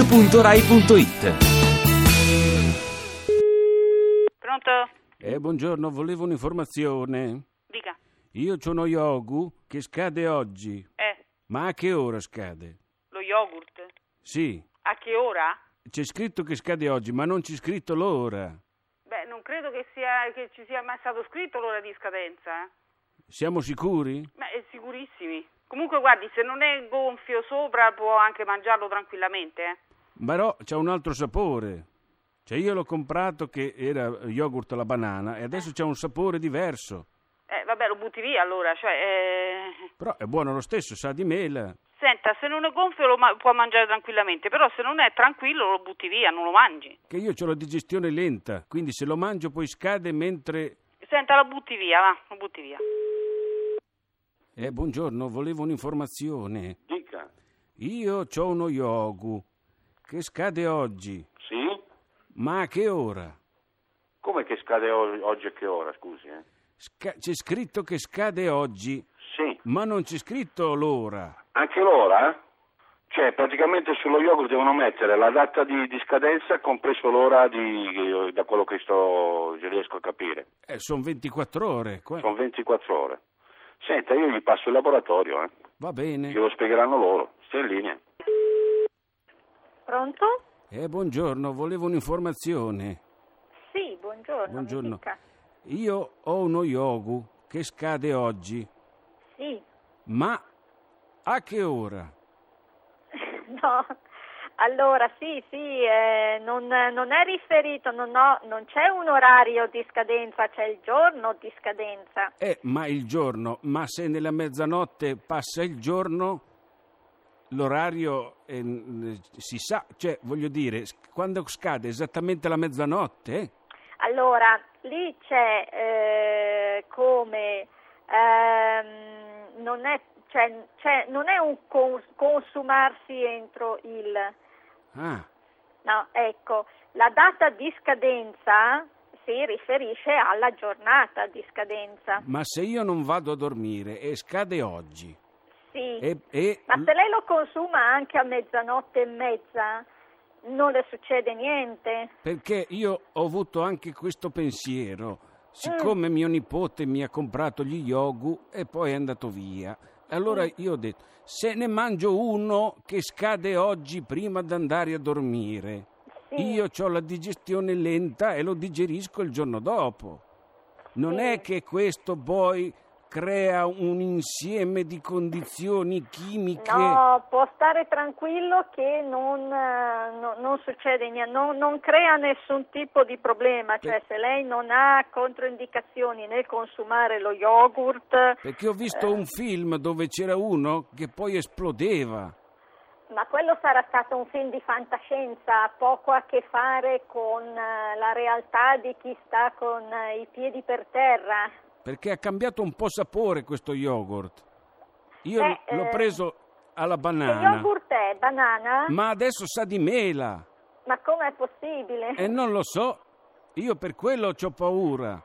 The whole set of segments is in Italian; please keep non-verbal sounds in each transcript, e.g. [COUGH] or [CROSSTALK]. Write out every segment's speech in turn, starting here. radio2pod.rai.it Pronto? Eh, buongiorno, volevo un'informazione. Dica. Io sono Yogu che scade oggi. Eh, Ma a che ora scade? lo yogurt. Sì, A che ora? c'è scritto che scade oggi, ma non c'è scritto l'ora. Beh, non credo che, sia, che ci sia mai stato scritto l'ora di scadenza. eh. Siamo sicuri? Ma è sicurissimi. Comunque, guardi, se non è gonfio sopra, può anche mangiarlo tranquillamente. eh. Ma no, c'è un altro sapore. Cioè io l'ho comprato che era yogurt alla banana e adesso c'è un sapore diverso. Eh, vabbè, lo butti via allora. Cioè, eh, Però è buono lo stesso, sa di mela. Senta, se non è gonfio lo ma- può mangiare tranquillamente, però se non è tranquillo lo butti via, non lo mangi. Che io ho la digestione lenta, quindi se lo mangio poi scade mentre... Senta, la butti via, va, lo butti via. Eh, buongiorno, volevo un'informazione. Dica, Io ho uno yogu che scade oggi, sì? ma a che ora? Come che scade o- oggi e che ora, scusi? Eh? Sca- c'è scritto che scade oggi, Sì, ma non c'è scritto l'ora. anche l'ora? eh? Cioè, praticamente sullo yogurt devono mettere la data di, di scadenza, compreso l'ora di, da quello che sto, se riesco a capire. Eh, sono 24 ore, qua. Sono 24 ore. Senta, io gli passo il laboratorio, eh. va bene. Glielo spiegheranno loro. Stai in linea. Pronto? Eh, buongiorno, volevo un'informazione. Sì, buongiorno. Buongiorno. mi dica. Io ho uno yogu che scade oggi, Sì, [LAUGHS] ma a che ora? no. Allora, sì, sì, eh, non, non è riferito, non, ho- non c'è un orario di scadenza, c'è il giorno di scadenza. Eh, ma il giorno, ma se nella mezzanotte passa il giorno, l'orario eh, n- si sa, cioè voglio dire, s- quando scade esattamente la mezzanotte, eh? Allora, lì c'è eh, come ehm, non, è, cioè, c'è- non è un cons- consumarsi entro il... ah, No, ecco, la data di scadenza si riferisce alla giornata di scadenza. ma se io non vado a dormire e scade oggi, Sì. e, e- Ma se lei lo consuma anche a mezzanotte e mezza, non le succede niente. perché io ho avuto anche questo pensiero, siccome mio nipote mi ha comprato gli yogu e poi è andato via, allora io ho detto, se ne mangio uno che scade oggi prima di andare a dormire. Sì, Io ho la digestione lenta e lo digerisco il giorno dopo. Non Sì. è che questo poi crea un insieme di condizioni chimiche. No, può stare tranquillo che non, eh, no- non succede niente, non, non crea nessun tipo di problema, cioè se lei non ha controindicazioni nel consumare lo yogurt, Perché ho visto un film dove c'era uno che poi esplodeva. ma quello sarà stato un film di fantascienza, ha poco a che fare con eh, la realtà di chi sta con eh, i piedi per terra. Perché ha cambiato un po' sapore questo yogurt. Io Beh, l'ho eh, preso alla Che banana, yogurt eh? è? Banana? ma adesso sa di mela. Ma com'è possibile? E non lo so. Io per quello ho paura.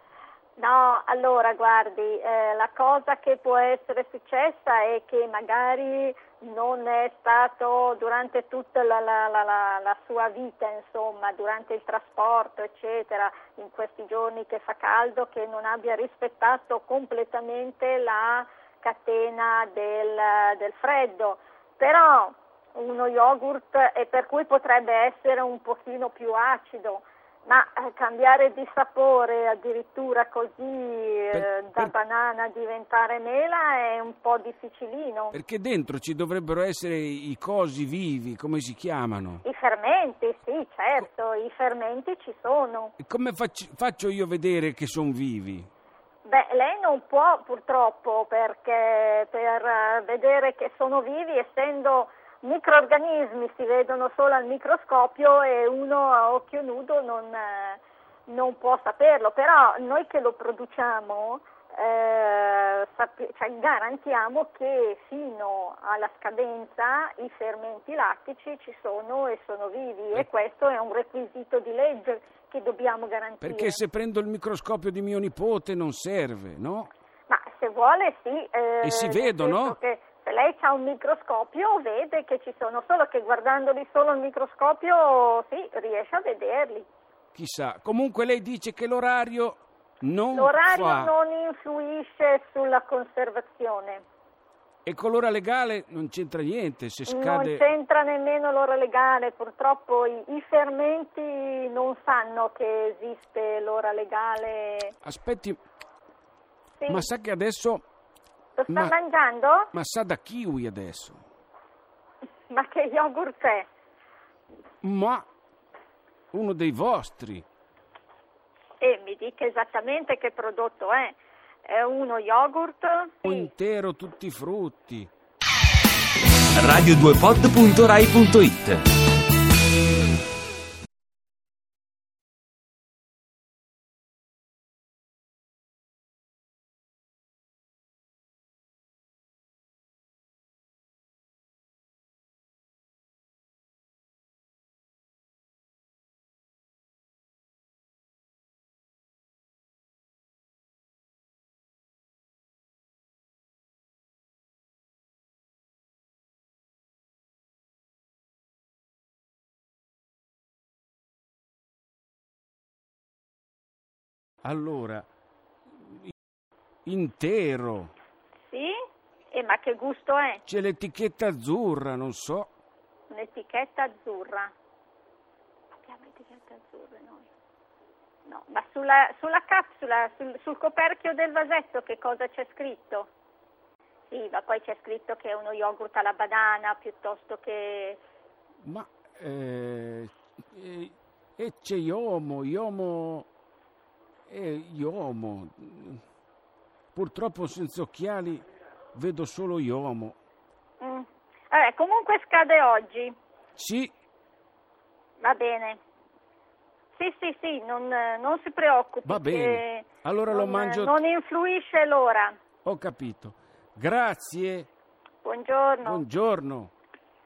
No, allora guardi, eh, la cosa che può essere successa è che magari non è stato durante tutta la, la- la- la- la sua vita, insomma, durante il trasporto, eccetera, in questi giorni che fa caldo, che non abbia rispettato completamente la catena del, del freddo. Però uno yogurt e per cui potrebbe essere un pochino più acido. Ma eh, cambiare di sapore addirittura così eh, Per- da per- banana a diventare mela è un po' difficilino. Perché dentro ci dovrebbero essere i cosi vivi, come si chiamano? I fermenti, sì, certo, i fermenti ci sono. E come faccio, faccio io vedere che sono vivi? Beh, lei non può purtroppo perché per eh, vedere che sono vivi, essendo microorganismi, si vedono solo al microscopio e uno a occhio nudo non, eh, non può saperlo, però noi che lo produciamo eh, sappi- cioè, garantiamo che fino alla scadenza i fermenti lattici ci sono e sono vivi e questo è un requisito di legge che dobbiamo garantire. Perché se prendo il microscopio di mio nipote non serve, no? Ma se vuole sì. eh, E si nel vedono? senso che se lei ha un microscopio vede che ci sono, solo che guardandoli solo al microscopio sì, riesce a vederli. Chissà, comunque lei dice che l'orario non L'orario fa. non influisce sulla conservazione. E con l'ora legale non c'entra niente, se scade... Non c'entra nemmeno l'ora legale, purtroppo i, i fermenti non sanno che esiste l'ora legale. Aspetti, Sì. ma sa che adesso... Lo sta ma- mangiando? Ma sa da kiwi adesso? Ma che yogurt è? Ma uno dei vostri. E mi dica esattamente che prodotto è. È uno yogurt? Un Sì. intero tutti i frutti. radio2pod.rai.it Allora, intero. Sì? E ma che gusto è? C'è l'etichetta azzurra, non so. Un'etichetta azzurra. Abbiamo etichette azzurre noi? No, ma sulla, sulla capsula, sul, sul coperchio del vasetto che cosa c'è scritto? Sì, ma poi c'è scritto che è uno yogurt alla banana piuttosto che... Ma... Eh, eh, e c'è Iomo, Iomo... Eh, Iomo. Purtroppo senza occhiali vedo solo Iomo. Mm. Vabbè, comunque scade oggi, Sì, va bene. Sì, sì, sì, non, eh, non si preoccupi. Va bene. che Allora lo non- mangio- Non influisce l'ora. ho capito. Grazie, Buongiorno. buongiorno.